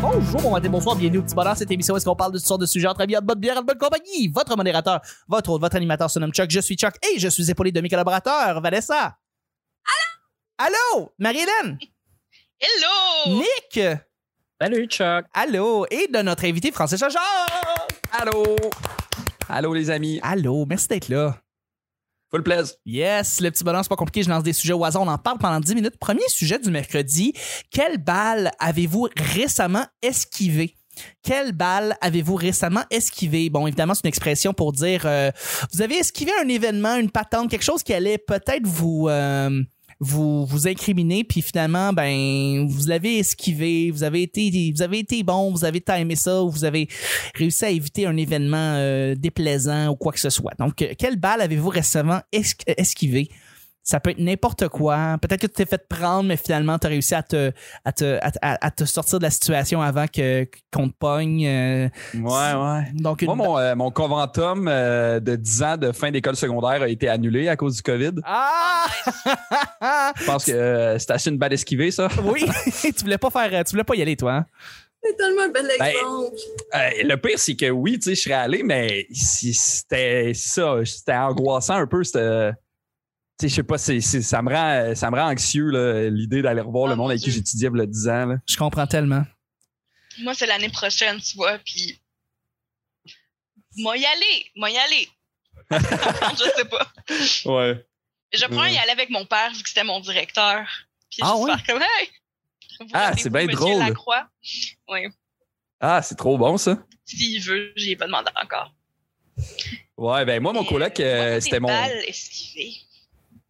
Bonjour, bon matin, bonsoir, bienvenue au petit bonheur. Cette émission, est-ce qu'on parle de toutes sortes de sujets entre amis, en bonne bière, en bonne compagnie? Votre modérateur, votre hôte, votre animateur se nomme Chuck. Je suis Chuck et je suis épaulé de mes collaborateurs, Vanessa. Allô? Allô? Marie-Hélène? Hello! Nick? Salut Chuck. Allô? Et de notre invité, Francis Chagard. Allô. Allô les amis. Allô, merci d'être là. Full plaise. Yes, le petit bonheur, c'est pas compliqué, je lance des sujets au hasard, on en parle pendant 10 minutes. Premier sujet du mercredi, quelle balle avez-vous récemment esquivée? Quelle balle avez-vous récemment esquivée? Bon, évidemment, c'est une expression pour dire euh, vous avez esquivé un événement, une patente, quelque chose qui allait peut-être vous, euh, vous vous incriminer, puis finalement, ben, vous l'avez esquivé, vous avez été vous avez été bon, vous avez timé ça, ou vous avez réussi à éviter un événement euh, déplaisant ou quoi que ce soit. Donc, euh, quelle balle avez-vous récemment es- esquivée? Ça peut être n'importe quoi. Peut-être que tu t'es fait prendre, mais finalement, tu as réussi à te, à, te, à, te- à- à te sortir de la situation avant que, qu'on te pogne. euh, Ouais, ouais. donc, une Moi, mon, euh, mon conventum euh, de 10 ans de fin d'école secondaire a été annulé à cause du COVID. Ah! Je pense que euh, c'est assez une balle esquivée, ça. oui, tu voulais pas faire, tu voulais pas y aller, toi. hein? C'est tellement un bel Ben, exemple. Euh, le pire, c'est que oui, tu sais, je serais allé, mais si- c'était ça. C'était angoissant un peu. C'était. Tu sais, je sais pas, c'est- c'est- ça, me rend, ça me rend anxieux, là, l'idée d'aller revoir Oh le monde mon avec qui Dieu. j'étudiais il y a 10 ans. là. Je comprends tellement. Moi, c'est l'année prochaine, tu vois, puis... Moi y aller, moi y aller. je sais pas. Je prends y aller avec mon père, vu que c'était mon directeur. Puis Ah je ouais? faire comme, hey! vous Ah, rendez-vous, c'est bien monsieur drôle. Lacroix? Ah, c'est trop bon, ça. S'il veut, j'y ai pas demandé encore. Ouais, ben moi, mon Mais, coloc, euh, moi, euh, des c'était mon. balles esquivées.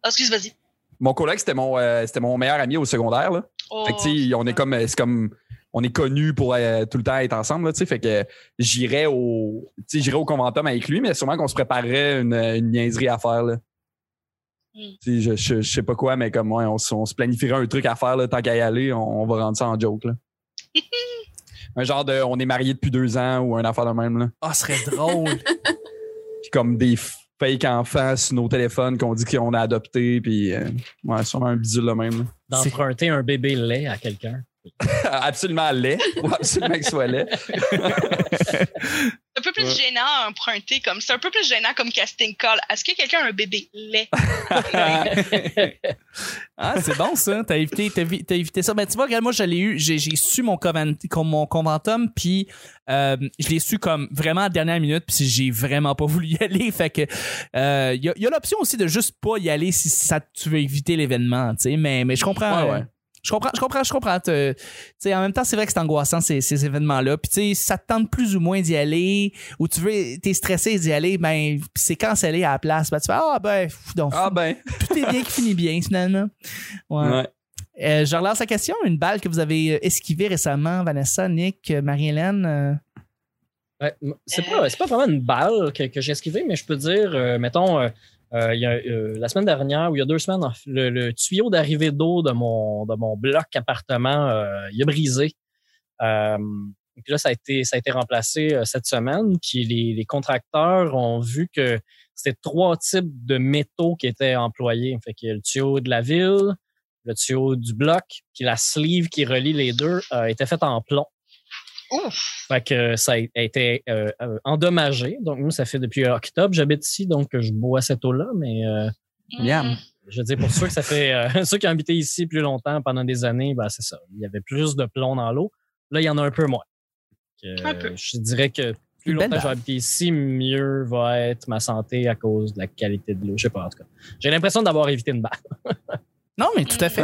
Ah, excuse, vas-y. Mon coloc, c'était mon, euh, c'était mon meilleur ami au secondaire. Là. Oh, Fait que, tu sais, on est comme, euh, c'est comme, on est connus pour euh, tout le temps être ensemble. Là, tu sais. fait que euh, j'irais au, tu sais, j'irais au conventum avec lui, mais sûrement qu'on se préparerait une, une niaiserie à faire. Là. Mm. Tu sais, Je, je, je sais pas quoi, mais comme ouais, on, se- on se planifierait un truc à faire là, tant qu'à y aller, on, on va rendre ça en joke. Là. un genre de, on est mariés depuis deux ans ou un affaire de même. Là. Ah, ce serait drôle. Puis comme des fake enfants sur nos téléphones qu'on dit qu'on a adoptés, puis euh, ouais, sûrement un bidule le même. là. d'emprunter un bébé lait à quelqu'un. absolument laid. Faut absolument qu'il soit laid. C'est un peu plus Ouais. gênant à emprunter comme c'est un peu plus gênant comme casting call. Est-ce que quelqu'un a un bébé lait? Ah, c'est bon ça. T'as évité, t'as vi- t'as évité ça. Ben, tu vois, regarde, moi, je l'ai eu, j'ai, j'ai su mon, coven- comme mon conventum, puis euh, je l'ai su comme vraiment à la dernière minute, puis j'ai vraiment pas voulu y aller. Fait que, euh, il y, a- il y a l'option aussi de juste pas y aller si ça, tu veux éviter l'événement, tu sais. Mais, mais je comprends. Ouais, euh, ouais. Je comprends, je comprends, je comprends. Te- Tu sais, en même temps, c'est vrai que c'est angoissant ces, ces événements-là. Puis tu sais, ça te tente plus ou moins d'y aller, ou tu veux, t'es stressé d'y aller, ben puis c'est cancellé à la place. Ben tu fais ah ben, pff, donc Ah ben. tout est bien qui finit bien finalement. Ouais. Ouais. Euh, je relance la question. Une balle que vous avez euh, esquivée récemment, Vanessa, Nick, euh, Marie-Hélène. euh, Ouais, m- c'est pas, c'est pas vraiment une balle que, que j'ai esquivée, mais je peux dire, euh, mettons, euh, euh, il y a, euh, la semaine dernière ou il y a deux semaines, le, le tuyau d'arrivée d'eau de mon, de mon bloc appartement, euh, il a brisé. Euh, puis là, ça a été, ça a été remplacé euh, cette semaine. Puis les, les contracteurs ont vu que c'était trois types de métaux qui étaient employés. Fait que le tuyau de la ville, le tuyau du bloc, puis la sleeve qui relie les deux euh, était faite en plomb. Ouf! Fait que ça a été euh, euh, endommagé. Donc, nous, ça fait depuis octobre, j'habite ici, donc je bois cette eau-là, mais euh, Miam. Mm. je veux dire, pour ceux que ça fait euh, ceux qui ont habité ici plus longtemps pendant des années, ben c'est ça. Il y avait plus de plomb dans l'eau. Là, il y en a un peu moins. Donc, euh, Un peu. Je dirais que plus Une belle longtemps que je vais habiter ici, mieux va être ma santé à cause de la qualité de l'eau. Je sais pas, en tout cas. J'ai l'impression d'avoir évité une balle. Non, mais tout à fait.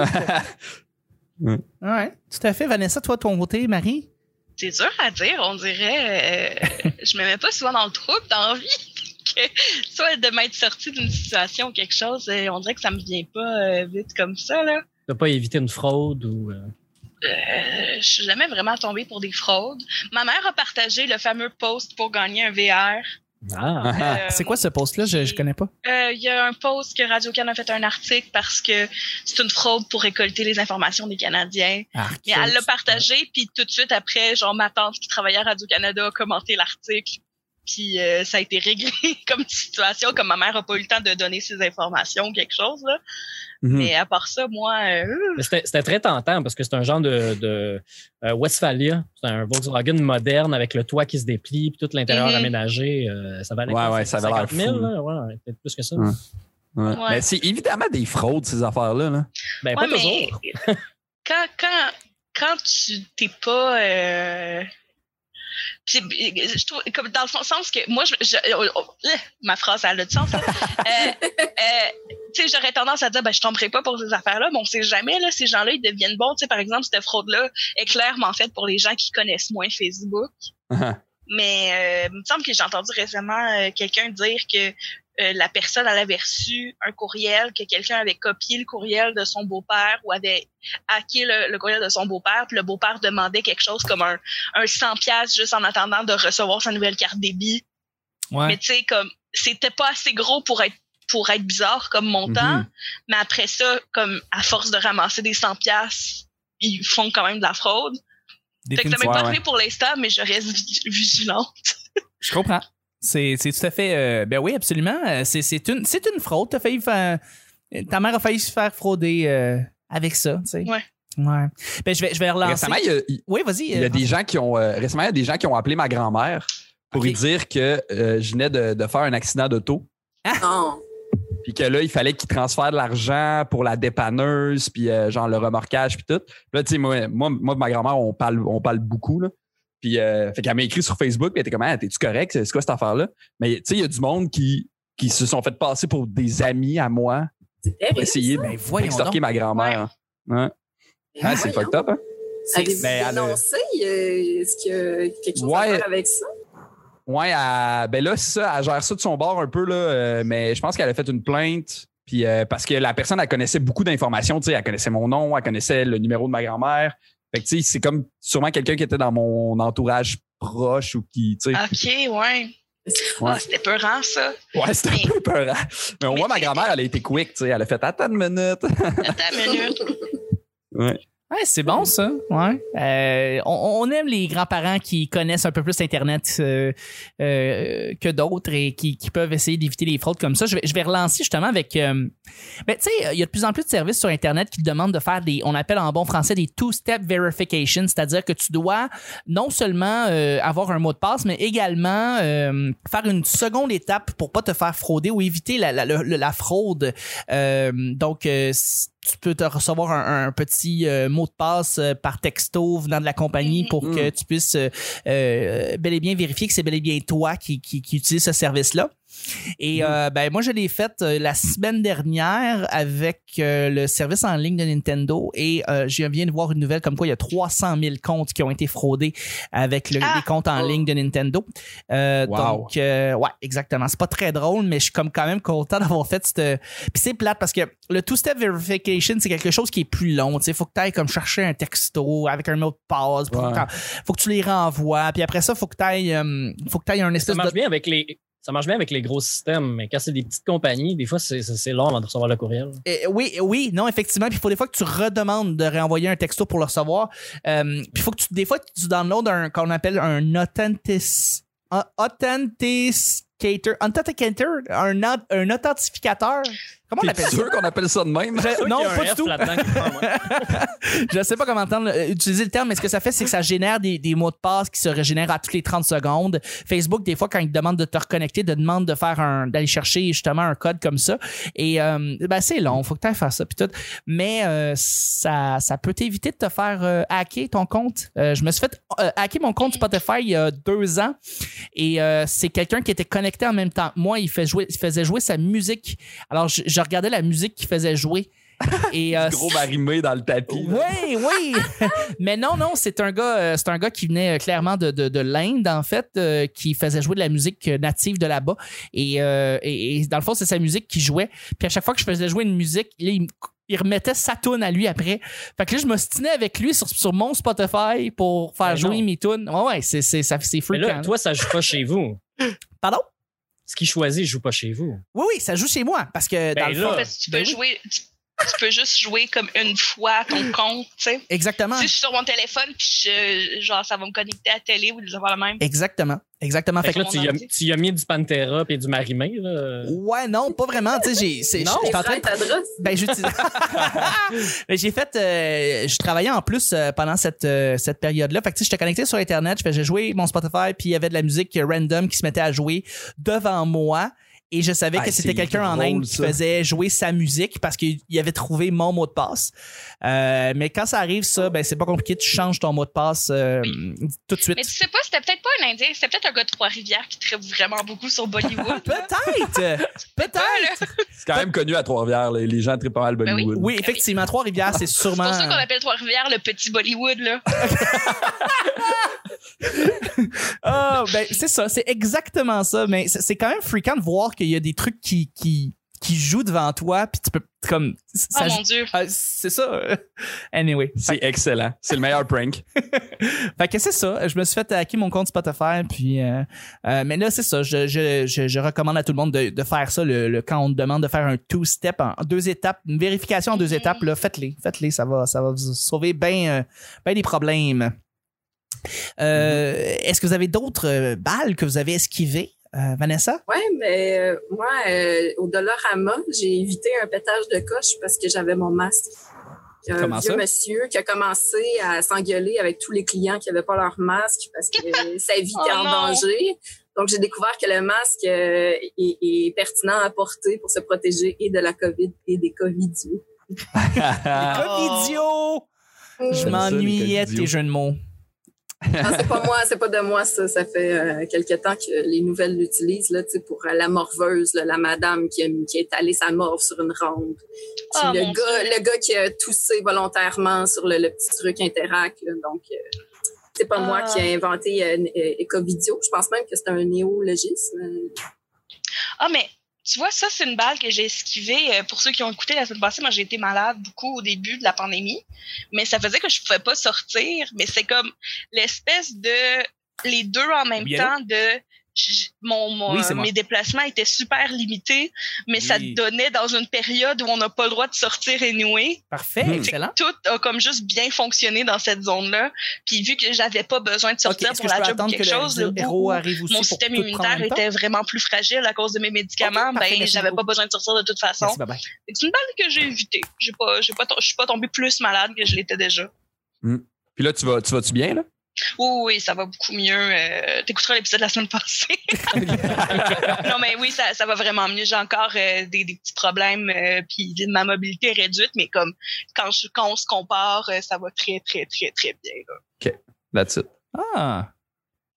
Mm. ouais, tout à fait. Vanessa, toi, de ton côté, Marie. C'est dur à dire, on dirait. euh, je me mets pas souvent dans le trouble, dans la vie. Que, soit de m'être sortie d'une situation ou quelque chose, euh, on dirait que ça me vient pas euh, vite comme ça. Là. Tu pas évité une fraude ou. euh, Euh, je suis jamais vraiment tombée pour des fraudes. Ma mère a partagé le fameux post pour gagner un VR. Ah! Euh, c'est quoi ce post-là? Je, je connais pas. Euh, Il y a un post que Radio-Can a fait un article parce que c'est une fraude pour récolter les informations des Canadiens. Mais elle l'a partagé, puis tout de suite après, genre ma tante qui travaillait à Radio-Canada a commenté l'article. Puis puis euh, ça a été réglé comme situation, comme ma mère n'a pas eu le temps de donner ses informations ou quelque chose. Là. Mhm. Mais à part ça, moi, euh, Mais C'était c'était très tentant parce que c'est un genre de, de, euh, Westphalia. C'est un Volkswagen moderne avec le toit qui se déplie puis tout l'intérieur Mhm. aménagé. euh, ça valait Ouais, quoi, ouais, ça avait l'air 50 000, fou, là, ouais, peut-être plus que ça. Mm. Ouais. Ouais. Ouais. Mais c'est évidemment des fraudes, ces affaires-là. là. Ben, ouais, pas toujours. mais euh, quand, quand, quand tu t'es pas. euh, c'est- je trouve, comme dans le fond- sens que moi, je, je- oh, oh, eh, ma phrase, elle a du sens. là. Euh, euh, tu sais, j'aurais tendance à dire, ben, je tomberai pas pour ces affaires-là, mais on sait jamais, là, ces gens-là, ils deviennent bons. Tu sais, par exemple, cette fraude-là est clairement faite pour les gens qui connaissent moins Facebook. Mais euh, il me semble que j'ai entendu récemment euh, quelqu'un dire que euh, la personne elle avait reçu un courriel, que quelqu'un avait copié le courriel de son beau-père ou avait hacké le, le courriel de son beau-père, puis le beau-père demandait quelque chose comme un, un 100 pièces juste en attendant de recevoir sa nouvelle carte débit. Mais Ouais. tu sais, comme c'était pas assez gros pour être pour être bizarre comme montant, Mhm. mais après ça, comme à force de ramasser des 100 pièces, ils font quand même de la fraude. Fait que ça m'est Définitivement, pas ouais. arrivé pour l'instant, mais je reste vi- vigilante. Je comprends. C'est c'est tout à fait. euh, ben oui, absolument. Euh, C'est c'est une, c'est une fraude. T'as failli faire- euh, Ta mère a failli se faire frauder euh, avec ça, tu sais. Ouais. Ouais. Ben, je vais, je vais relancer. Récemment, il y a- il- Oui, vas-y. il y a euh, des gens qui ont euh, récemment, il y a des gens qui ont appelé ma grand-mère pour Ok. lui dire que euh, je venais de, de faire un accident d'auto. Non. Puis que là, il fallait qu'il transfère de l'argent pour la dépanneuse, puis euh, genre le remorquage, puis tout. Là, tu sais, moi, moi, moi et ma grand-mère, on parle, on parle beaucoup, là. Puis, euh, fait qu'elle m'a écrit sur Facebook, puis elle était comme, ah, t'es-tu correct? C'est quoi cette affaire-là? Mais, tu sais, il y a du monde qui, qui se sont fait passer pour des amis à moi C'est pour terrible. essayer Ben voyons d'extorquer donc. ma grand-mère. Ouais. Ah, c'est fucked up, hein? Avez-vous Ben, elle a- dénoncé? euh, Est-ce qu'il y a quelque chose Ouais. à faire avec ça? Ouais, elle- ben là, c'est ça, elle gère ça de son bord un peu, là, euh, mais je pense qu'elle a fait une plainte. Puis euh, parce que la personne, elle connaissait beaucoup d'informations, tu sais, elle connaissait mon nom, elle connaissait le numéro de ma grand-mère. Fait que tu sais, c'est comme sûrement quelqu'un qui était dans mon entourage proche ou qui, tu sais. OK, ouais. Ouais. Ah, c'était peurant, ça. ouais, c'était un peu peur. Ah, Mais au Mais moins, ma c'est- grand-mère, elle a été quick, tu sais, elle a fait attends une minute. Attends une minute. Ouais, c'est bon ça. Ouais. Euh, on, on aime les grands-parents qui connaissent un peu plus Internet euh, euh, que d'autres et qui, qui peuvent essayer d'éviter les fraudes comme ça. Je vais, je vais relancer justement avec. euh, ben, tu sais, il y a de plus en plus de services sur Internet qui te demandent de faire des, on appelle en bon français des two-step verification, c'est-à-dire que tu dois non seulement euh, avoir un mot de passe, mais également euh, faire une seconde étape pour pas te faire frauder ou éviter la, la, la- la fraude. Euh, donc, euh, s- tu peux te recevoir un, un petit euh, mot de passe euh, par texto venant de la compagnie Mhm. pour que tu puisses euh, euh, bel et bien vérifier que c'est bel et bien toi qui, qui, qui utilise ce service-là. Et euh, ben moi je l'ai faite euh, la semaine dernière avec euh, le service en ligne de Nintendo et euh, je viens de voir une nouvelle comme quoi il y a 300 000 comptes qui ont été fraudés avec le- Ah! les comptes en ligne de Nintendo. Euh, Wow. Donc euh, ouais exactement c'est pas très drôle mais je suis comme quand même content d'avoir fait cette puis c'est plate parce que le two-step verification c'est quelque chose qui est plus long tu sais faut que t'ailles comme chercher un texto avec un mot de passe puis faut Ouais. que- faut que tu les renvoies puis après ça faut que t'ailles euh, faut que t'ailles un Ça espèce de marche bien avec les. Ça marche bien avec les gros systèmes, mais quand c'est des petites compagnies, des fois, c'est- c'est c'est long avant de recevoir le courriel. Euh, oui, oui, non, effectivement. Puis il faut des fois que tu redemandes de renvoyer un texto pour le recevoir. Euh, puis il faut que tu, des fois, tu downloads un qu'on appelle un authentic, un authenticator, authenticator, un, au- un authentificateur. Comment on T'es appelle ça? sûr qu'on appelle ça de même? Je- non, Il y a un pas du F tout. là-dedans qui prend, ouais. Je sais pas comment entendre, euh, utiliser le terme, mais ce que ça fait, c'est que ça génère des, des mots de passe qui se régénèrent à toutes les 30 secondes. Facebook, des fois, quand ils te demandent de te reconnecter, te demande de faire un, d'aller chercher justement un code comme ça. Et euh, ben, c'est long, faut que tu ailles faire ça. Puis tout. Mais euh, ça, ça peut t'éviter de te faire euh, hacker ton compte. Euh, je me suis fait euh, hacker mon compte Spotify il y a deux ans. Et euh, c'est quelqu'un qui était connecté en même temps. que Moi, il, fait jouer, il faisait jouer sa musique. Alors, je, je regardais la musique qu'il faisait jouer. Et euh, Gros marimé dans le tapis. là. oui, oui. Mais non, non, c'est un gars, euh, c'est un gars qui venait euh, clairement de, de, de l'Inde en fait, euh, qui faisait jouer de la musique euh, native de là-bas. Et, euh, et, et dans le fond, c'est sa musique qui jouait. Puis à chaque fois que je faisais jouer une musique, là, il, me- il remettait sa tune à lui après. Fait que là, je m'ostinais avec lui sur, sur mon Spotify pour faire Mais jouer Ben non. mes tunes. Ouais, ouais, c'est c'est ça- c'est Mais là, fréquent. toi, ça joue pas chez vous. Pardon? Ce qu'il choisit, joue pas chez vous. Oui, oui, ça joue chez moi parce que dans Ben le là, fond, Parce que tu peux ben oui. jouer. tu- tu peux juste jouer comme une fois à ton compte, tu sais. Exactement. Si je suis sur mon téléphone, puis je- genre, ça va me connecter à la télé ou des affaires de même. Exactement. Exactement. Fait que là, Mon tu y, as, ordi. tu y as mis du Pantera et du Marimé. Là. Ouais, non, pas vraiment. Tu sais, j'ai. c'est- Non. je- Les j'étais en train frères de- Tadros, Ben, j'utilise- Mais j'ai fait. euh, je travaillais en plus euh, pendant cette, euh, cette période-là. Fait que, tu sais, j'étais connecté sur Internet. je faisais- J'ai joué mon Spotify, puis il y avait de la musique random qui se mettait à jouer devant moi. Et je savais Ah, que c'était c'est quelqu'un en drôle, Inde qui ça. faisait jouer sa musique parce qu'il il avait trouvé mon mot de passe. Euh, mais quand ça arrive, ça, ben, c'est pas compliqué. Tu changes ton mot de passe euh, tout de suite. Mais tu sais pas, c'était peut-être pas un Indien, c'était peut-être un gars de Trois-Rivières qui tripe vraiment beaucoup sur Bollywood. Peut-être! Peut-être! C'est quand même connu à Trois-Rivières. Les, les gens trippent pas mal Ben oui. Bollywood. Oui, effectivement, Trois-Rivières, c'est C'est sûrement. pour ça qu'on appelle Trois-Rivières le petit Bollywood, là. Ah, ben, c'est ça, c'est exactement ça. Mais c'est c'est quand même fréquent de voir qu'il y a des trucs qui, qui, qui jouent devant toi, puis tu peux, comme, ça oh joue- mon Dieu. Ah, c'est ça. Anyway. C'est excellent. C'est le meilleur prank. Fait que c'est ça. Je me suis fait hacker mon compte Spotify, puis. euh, euh, mais là, c'est ça. Je, je, je, je recommande à tout le monde de, de faire ça. Le, le- quand on te demande de faire un two-step en en deux étapes, une vérification en deux Mhm. étapes, là, faites-les. Faites-les. Ça va, ça va vous sauver bien ben des problèmes. Euh, Est-ce que vous avez d'autres euh, balles que vous avez esquivées, euh, Vanessa? Ouais, mais euh, moi, euh, au Dollarama, j'ai évité un pétage de coche parce que j'avais mon masque. Il y a un Comment vieux ça? monsieur qui a commencé à s'engueuler avec tous les clients qui n'avaient pas leur masque parce que sa vie était Oh en non! danger. Donc, j'ai découvert que le masque euh, est, est pertinent à porter pour se protéger et de la COVID et des COVIDieux. Ah, Covidio! Je J'aime ça, les m'ennuyais de Covidio. tes jeux de mots. Non, c'est pas moi, c'est pas de moi ça. Ça fait euh, quelque temps que les nouvelles l'utilisent là, tu sais, pour euh, la morveuse, là, la madame qui a, mis- qui a étalé sa morve sur une rampe. Puis Oh, le mon gars, Dieu. le gars qui a toussé volontairement sur le, le petit truc Interac. là. donc, euh, c'est pas Ah. moi qui ai inventé euh, euh, Ecovideo. Je pense même que c'est un néologisme. Ah, mais tu vois, ça, c'est une balle que j'ai esquivée. Euh, Pour ceux qui ont écouté la semaine passée, moi, j'ai été malade beaucoup au début de la pandémie. Mais ça faisait que je pouvais pas sortir. Mais c'est comme l'espèce de. Les deux en même Bien. temps de. j- Mon, mon- euh, Oui, c'est moi. mes déplacements étaient super limités, mais ça Oui. donnait dans une période où on n'a pas le droit de sortir anyway. Parfait, Hmm. excellent. tout a comme juste bien fonctionné dans cette zone-là. Puis vu que j'avais pas besoin de Ok, sortir Est-ce que pour je la peux job ou attendre que quelque chose, le le bout héros où arrive aussi mon pour système tout prendre en immunitaire même temps? était vraiment plus fragile à cause de mes médicaments, Ok, parfait, ben merci j'avais beaucoup. pas besoin de sortir de toute façon. Merci, bye-bye. C'est une balle que j'ai évitée. J'ai pas, j'ai pas, to- je suis pas tombée plus malade que je l'étais déjà. Puis là, tu vas- tu vas-tu bien, là? Oui, oui, ça va beaucoup mieux. Euh, T'écouteras l'épisode de la semaine passée. non, mais oui, ça, ça va vraiment mieux. J'ai encore euh, des, des petits problèmes, euh, puis ma mobilité est réduite, mais comme quand, je, quand on se compare, euh, ça va très, très, très, très bien. là. That's it. Ah!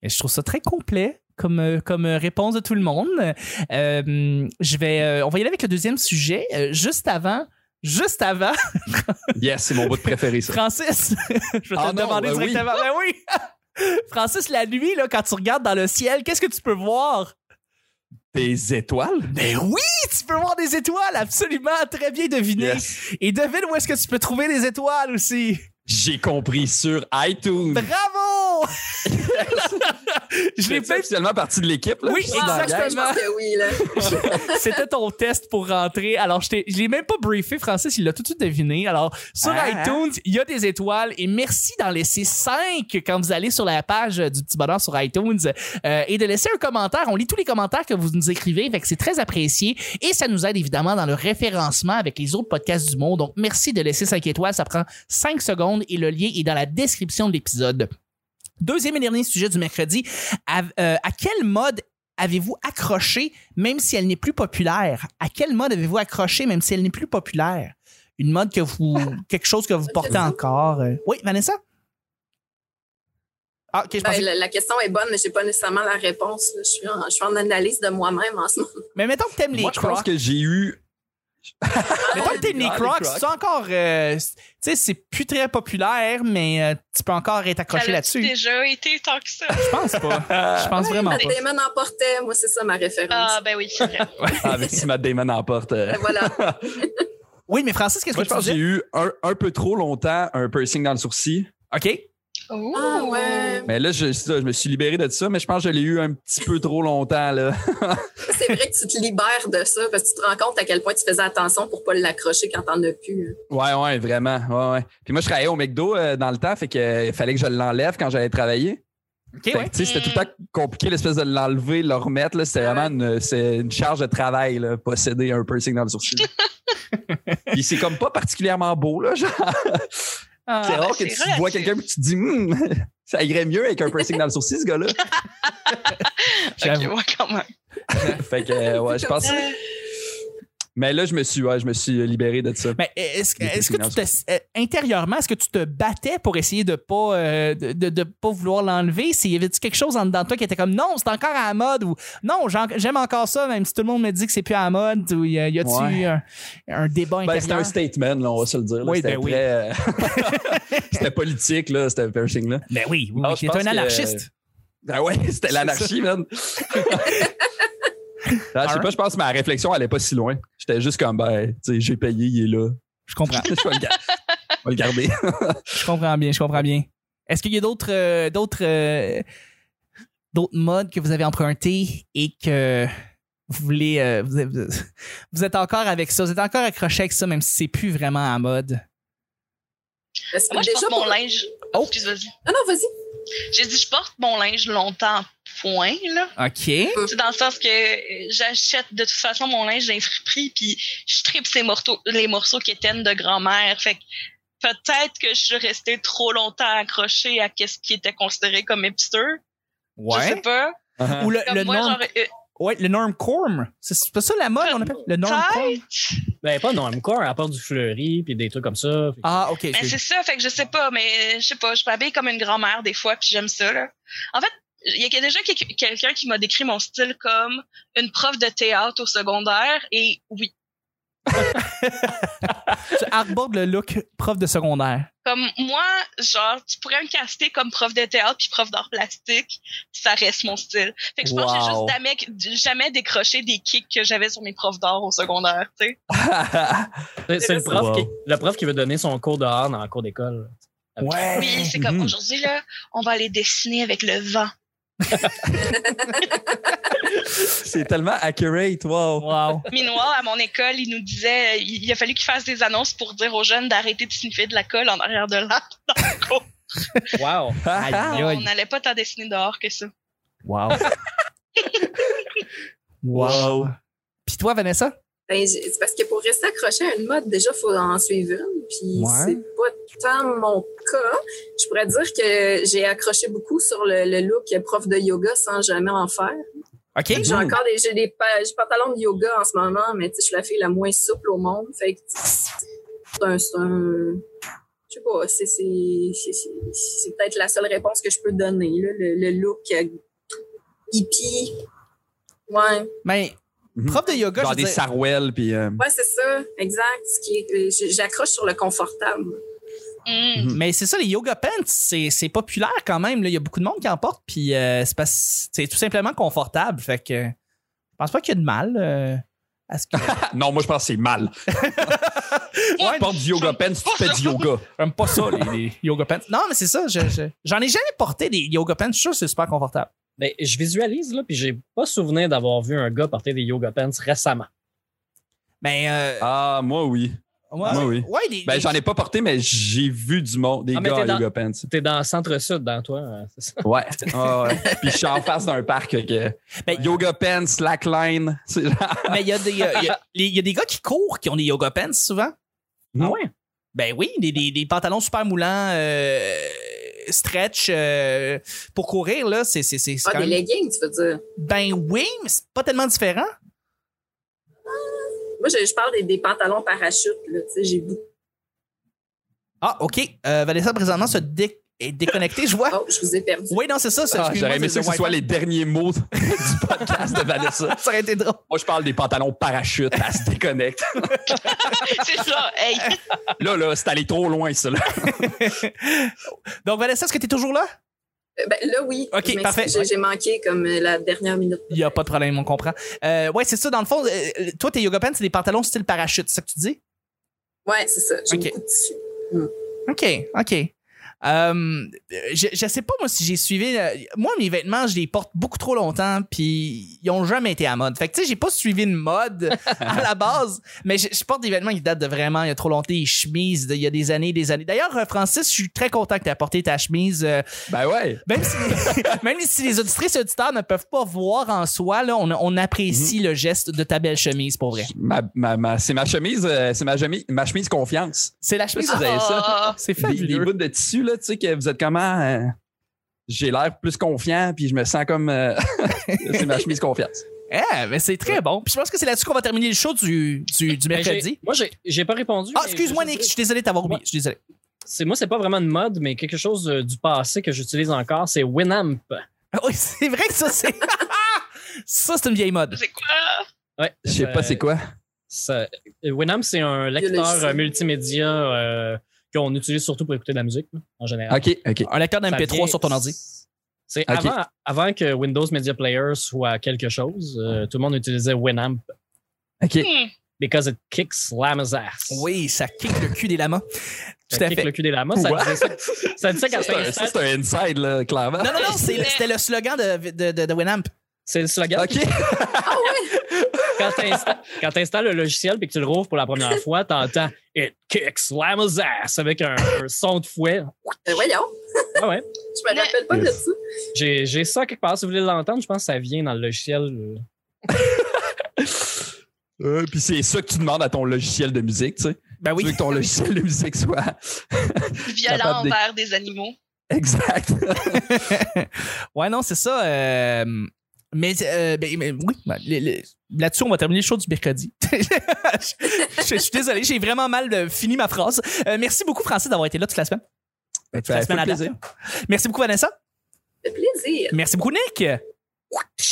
Et je trouve ça très complet comme, euh, comme euh, réponse de tout le monde. Euh, je vais, euh, on va y aller avec le deuxième sujet. Euh, juste avant, juste avant, Yes, c'est mon bout de préféré, ça. Francis, je vais te Ah le non, demander ben oui. directement. Ben oui! Francis, la nuit, là, quand tu regardes dans le ciel, qu'est-ce que tu peux voir? Des étoiles? Ben oui, tu peux voir des étoiles, absolument, très bien deviné. Yes. Et devine où est-ce que tu peux trouver des étoiles aussi. J'ai compris sur iTunes. Bravo! Ben, Je l'ai J'ai fait. fait finalement partie de l'équipe. là. Oui, Je suis Ah, dans la gang. Je pense que oui, là. C'était ton test pour rentrer. Alors, je, t'ai- je l'ai même pas briefé, Francis, il l'a tout de suite deviné. Alors, sur Ah. iTunes, il y a des étoiles et merci d'en laisser 5 quand vous allez sur la page euh, du Petit Bonheur sur iTunes euh, et de laisser un commentaire. On lit tous les commentaires que vous nous écrivez, fait que c'est très apprécié et ça nous aide évidemment dans le référencement avec les autres podcasts du monde. Donc, merci de laisser 5 étoiles, ça prend 5 secondes et le lien est dans la description de l'épisode. Deuxième et dernier sujet du mercredi, à, euh, à quel mode avez-vous accroché même si elle n'est plus populaire? À quel mode avez-vous accroché même si elle n'est plus populaire? Une mode que vous. quelque chose que vous portez encore. euh. Oui, Vanessa? Ah, ok, je Ben, pensais. la, la question est bonne, mais j'ai pas nécessairement la réponse. là. Je, suis en, je suis en analyse de moi-même en ce moment. Mais mettons que t'aimes les Moi, je pense crocs. que j'ai eu. Mettons que t'aimes les Ah, les crocs, Crocs. c'est encore. euh, c- tu sais, c'est plus très populaire, mais euh, tu peux encore être Ça accroché là-dessus. l'a-tu déjà été tant que ça. Je pense pas. Je pense vraiment Matt pas. Damon en portait. Moi, c'est ça ma référence. Ah, ben oui, c'est vrai. Avec si Matt Damon emporte. Ah. euh. Ben, Voilà. Oui, mais Francis, qu'est-ce Moi, que je tu pense que j'ai disais? eu un, un peu trop longtemps un piercing dans le sourcil. OK. Ouh. Ah ouais. Mais là, je, c'est ça, je me suis libéré de ça, mais je pense que je l'ai eu un petit peu trop longtemps. Là. C'est vrai que tu te libères de ça parce que tu te rends compte à quel point tu faisais attention pour pas l'accrocher quand t'en as plus. hein. Ouais, ouais, vraiment. Ouais, ouais. Puis moi, je travaillais au McDo euh, dans le temps, fait que euh, fallait que je l'enlève quand j'allais travailler. OK, Fait que, ouais. tu sais, C'était tout le temps compliqué, l'espèce de l'enlever, le remettre. là. C'était vraiment une, c'est une charge de travail, là, posséder un piercing dans le sourcil. Puis c'est comme pas particulièrement beau. Là, genre. c'est Ah, ben, rare que c'est tu relatif. vois quelqu'un et tu te dis, Hum, ça irait mieux avec un piercing dans le sourcil, ce gars-là. J'avoue. Ok, ouais, quand même. fait que, euh, ouais, je pense. Euh, Mais là, je me suis, ouais, je me suis libéré de ça. Mais est-ce, que- Des est-ce que tu petits te, euh, intérieurement, est-ce que tu te battais pour essayer de pas euh, de, de- de pas vouloir l'enlever? S'il y avait quelque chose en dedans de toi qui était comme non, c'est encore à la mode ou non, j'en- j'aime encore ça, même si tout le monde me dit que c'est plus à la mode ou y a- y a-tu Ouais. un, un débat Ben, c'était intérieur? un statement, là, on va se le dire. là. Oui, c'était ben oui. très, euh, c'était politique, là, c'était piercing-là. Ben oui, oui, Ah, oui, je qui est pense un que- anarchiste. Ben ouais, c'était l'anarchie, man. Ah, je sais pas, je pense que ma réflexion allait pas si loin. J'étais juste comme, ben, tu sais, j'ai payé, il est là. Je comprends. je, vais le gar- je vais le garder. Je comprends bien, je comprends bien. Est-ce qu'il y a d'autres euh, d'autres euh, d'autres modes que vous avez empruntés et que vous voulez euh, vous, êtes, vous êtes encore avec ça, vous êtes encore accroché avec ça même si c'est plus vraiment à la mode. Parce que Moi, je déjà porte mon pour- linge. Oh. Excuse, vas-y. Ah non, vas-y. J'ai dit, je porte mon linge longtemps, point, là. OK. C'est dans le sens que euh, j'achète de toute façon mon linge d'un friperie, puis je tripe ces morceaux, les morceaux qui étaient de grand-mère. Fait que peut-être que je suis restée trop longtemps accrochée à ce qui était considéré comme hipster. Je sais pas. Ou le, Comme le moi, norm genre, euh, ouais, le norm corm. C'est c'est pas ça la mode on appelle le norm corm. Ben, pas normcore, à part du fleuri puis des trucs comme ça. Fait que- Ah OK. Ben, c'est ça, fait que je sais pas, mais euh, je sais pas, je m'habille comme une grand-mère des fois, puis j'aime ça, là. En fait, il y a déjà quelqu'un- quelqu'un qui m'a décrit mon style comme une prof de théâtre au secondaire, et oui, tu arbores le look prof de secondaire. comme moi, genre, tu pourrais me caster comme prof de théâtre puis prof d'art plastique, ça reste mon style. Fait que je pense que j'ai Wow. juste jamais, jamais décroché des kicks que j'avais sur mes profs d'art au secondaire, tu sais. C'est c'est le, prof Wow. qui, le prof qui veut donner son cours dehors dans la cour d'école. Ouais. Oui, c'est comme Mhm. aujourd'hui, là, on va aller dessiner avec le vent. c'est tellement accurate, wow. Wow. Minois, à mon école, il nous disait, il il a fallu qu'il fasse des annonces pour dire aux jeunes d'arrêter de sniffer de la colle en arrière de l'arbre. Wow! Ah. Aïe, On aïe. n'allait pas tant dessiner dehors que ça. Wow. wow. Puis toi Vanessa Ben, j'ai- c'est parce que pour rester accroché à une mode, déjà, faut en suivre une. Puis Ouais. c'est pas tant mon cas. Je pourrais dire que j'ai accroché beaucoup sur le, le look prof de yoga sans jamais en faire. OK. J'ai Mhm. encore des, j'ai des, pa- j'ai des pantalons de yoga en ce moment, mais tu sais, je suis la fille la moins souple au monde. Fait que c'est un, c'est un- je sais pas, c'est, c'est, c'est, c'est- c'est peut-être la seule réponse que je peux donner, là, le, le look euh, hippie. Ouais. Mais Mhm. Ben, prof de yoga je Genre veux des dire- sarouels, puis. euh, Ouais, c'est ça, exact. Ce qui est- euh, j- J'accroche sur le confortable. Mhm. Mais c'est ça, les yoga pants, c'est c'est populaire quand même. là. Il y a beaucoup de monde qui en porte, puis euh, c'est parce- c'est tout simplement confortable. Fait que euh, je pense pas qu'il y a de mal euh, à ce que. Non, moi, je pense que c'est mal. Ouais, Tu portes du yoga pen si tu fais du yoga. j'aime pas ça, les, les yoga pants. Non, mais c'est ça, je- je- j'en ai jamais porté des yoga pants. Je suis sûr que c'est super confortable. Ben, je visualise, là, puis j'ai pas souvenir d'avoir vu un gars porter des yoga pants récemment. Mais. euh, Ah, moi, oui. ouais, moi, oui. ouais, des- Ben, des- j'en ai pas porté, mais j'ai vu du monde, des Ah, mais gars t'es en dans- yoga pants. T'es dans le centre-sud, dans toi, hein, c'est ça? Ouais. Ah, ouais. Puis je suis en face d'un parc. ok. Ben- yoga pants, slackline. C'est genre. mais il y, a des, euh, il y a- les- il y a des gars qui courent qui ont des yoga pants souvent. Ah ouais? Ben oui, des, des- des pantalons super moulants, euh, stretch euh, pour courir, là. C'est c'est- c'est- c'est Ah, quand des même- leggings, tu veux dire. Ben oui, mais c'est pas tellement différent. Moi, je, je parle des, des pantalons parachute, là. Tu sais, j'ai beaucoup. Ah, OK. Euh, Vanessa, présentement, se dé- est déconnectée, je vois. Oh, je vous ai perdu. Oui, non, c'est ça. c'est- Ah, excuse-moi, J'aurais aimé c'est ça que le ce soit les Wi-Fi. derniers mots du podcast de Vanessa. Ça aurait été drôle. Moi, je parle des pantalons parachute, elle se déconnecte. C'est ça, hey, Là, là, c'est allé trop loin, ça. là. Donc, Vanessa, est-ce que tu es toujours là? Euh, Ben, là, oui. Ok, Je m'excuse, parfait. J'ai j'ai manqué comme euh, la dernière minute. Il n'y a pas de problème, on comprend. Euh, ouais, c'est ça. Dans le fond, euh, toi, tes yoga pants, c'est des pantalons style parachute, c'est ça que tu dis? Ouais, c'est ça. J'ai Ok. beaucoup de tissu. OK, OK. Euh, je, je sais pas, moi, si j'ai suivi. euh, moi, mes vêtements, je les porte beaucoup trop longtemps, puis ils ont jamais été à mode. Fait que, tu sais, j'ai pas suivi une mode à la base, mais je, je porte des vêtements qui datent de vraiment il y a trop longtemps, des chemises, de- il y a des années, des années. D'ailleurs, euh, Francis, je suis très content que tu porté ta chemise. euh, Ben ouais. même si, même si les auditrices et auditeurs ne peuvent pas voir en soi, là, on, on apprécie le geste de ta belle chemise, pour vrai. Ma, ma, ma- c'est ma chemise, euh, c'est ma chemise, ma chemise confiance. C'est la chemise. Ah, vous avez ça? C'est Des, des fabuleux. bouts de tissu, là, tu sais, que vous êtes comment. euh, j'ai l'air plus confiant, puis je me sens comme. euh, c'est ma chemise confiance. Eh, mais c'est très bon. Puis je pense que c'est là-dessus qu'on va terminer le show du, du, du Mais Ben, j'ai- mercredi. Moi, j'ai- j'ai pas répondu. Ah, mais excuse-moi, je- Nick, je suis désolé de t'avoir oublié. Je suis désolé. C'est moi, c'est pas vraiment une mode, mais quelque chose euh, du passé que j'utilise encore, c'est Winamp. Ah Oui, c'est vrai que ça, c'est. ça, c'est une vieille mode. C'est quoi? Ouais, Je sais euh, pas c'est quoi. ça- euh, Winamp, c'est un lecteur logiciel. euh, multimédia euh, qu'on utilise surtout pour écouter de la musique, là, en général. OK, OK. Un lecteur Ça d'MP3 vient- sur ton ordi. C'est Ok. avant, avant que Windows Media Player soit quelque chose, euh, tout le monde utilisait Winamp OK. Hmm. because it kicks lama's ass. Oui, ça kick le cul des lamas. Tout ça à kick fait. le cul des lamas. Ça What? disait ça, ça disait qu'à Ça, c'est un- ça, c'est un inside, là, clairement. Non, non, non, c'est le- c'était le slogan de, de, de, de Winamp. C'est le slogan. OK. Quand t'insta- Quand tu installes le logiciel et que tu le rouvres pour la première fois, t'entends It kicks lama's ass avec un, un son de fouet. Ben voyons, Ouais, ouais. je me rappelle pas de Yes. ça. J'ai j'ai ça quelque part. Si vous voulez l'entendre, je pense que ça vient dans le logiciel. euh, Euh, puis c'est ça que tu demandes à ton logiciel de musique, tu sais. Ben Tu veux oui. que ton logiciel de musique soit Violent Capable de- envers des animaux. exact. ouais, non, c'est ça. euh, Mais, euh, ben, mais oui, ben, le- le- là-dessus, on va terminer le show du mercredi. je, je suis désolé, j'ai vraiment mal euh, fini ma phrase. Euh, merci beaucoup, Francis, d'avoir été là toute la semaine. Fait Ben, la que semaine à date. Merci beaucoup, Vanessa. Ça fait plaisir. Merci beaucoup, Nick.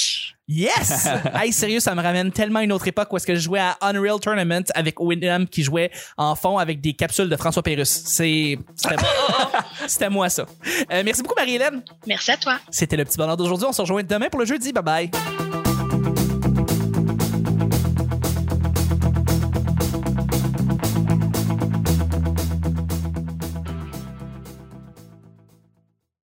Yes! hey, sérieux, ça me ramène tellement à une autre époque où est-ce que je jouais à Unreal Tournament avec William qui jouait en fond avec des capsules de François Pérus. C'est... C'était c'était moi, ça. Euh, merci beaucoup, Marie-Hélène. Merci à toi. C'était le petit bonheur d'aujourd'hui. On se rejoint demain pour le jeudi. Bye bye.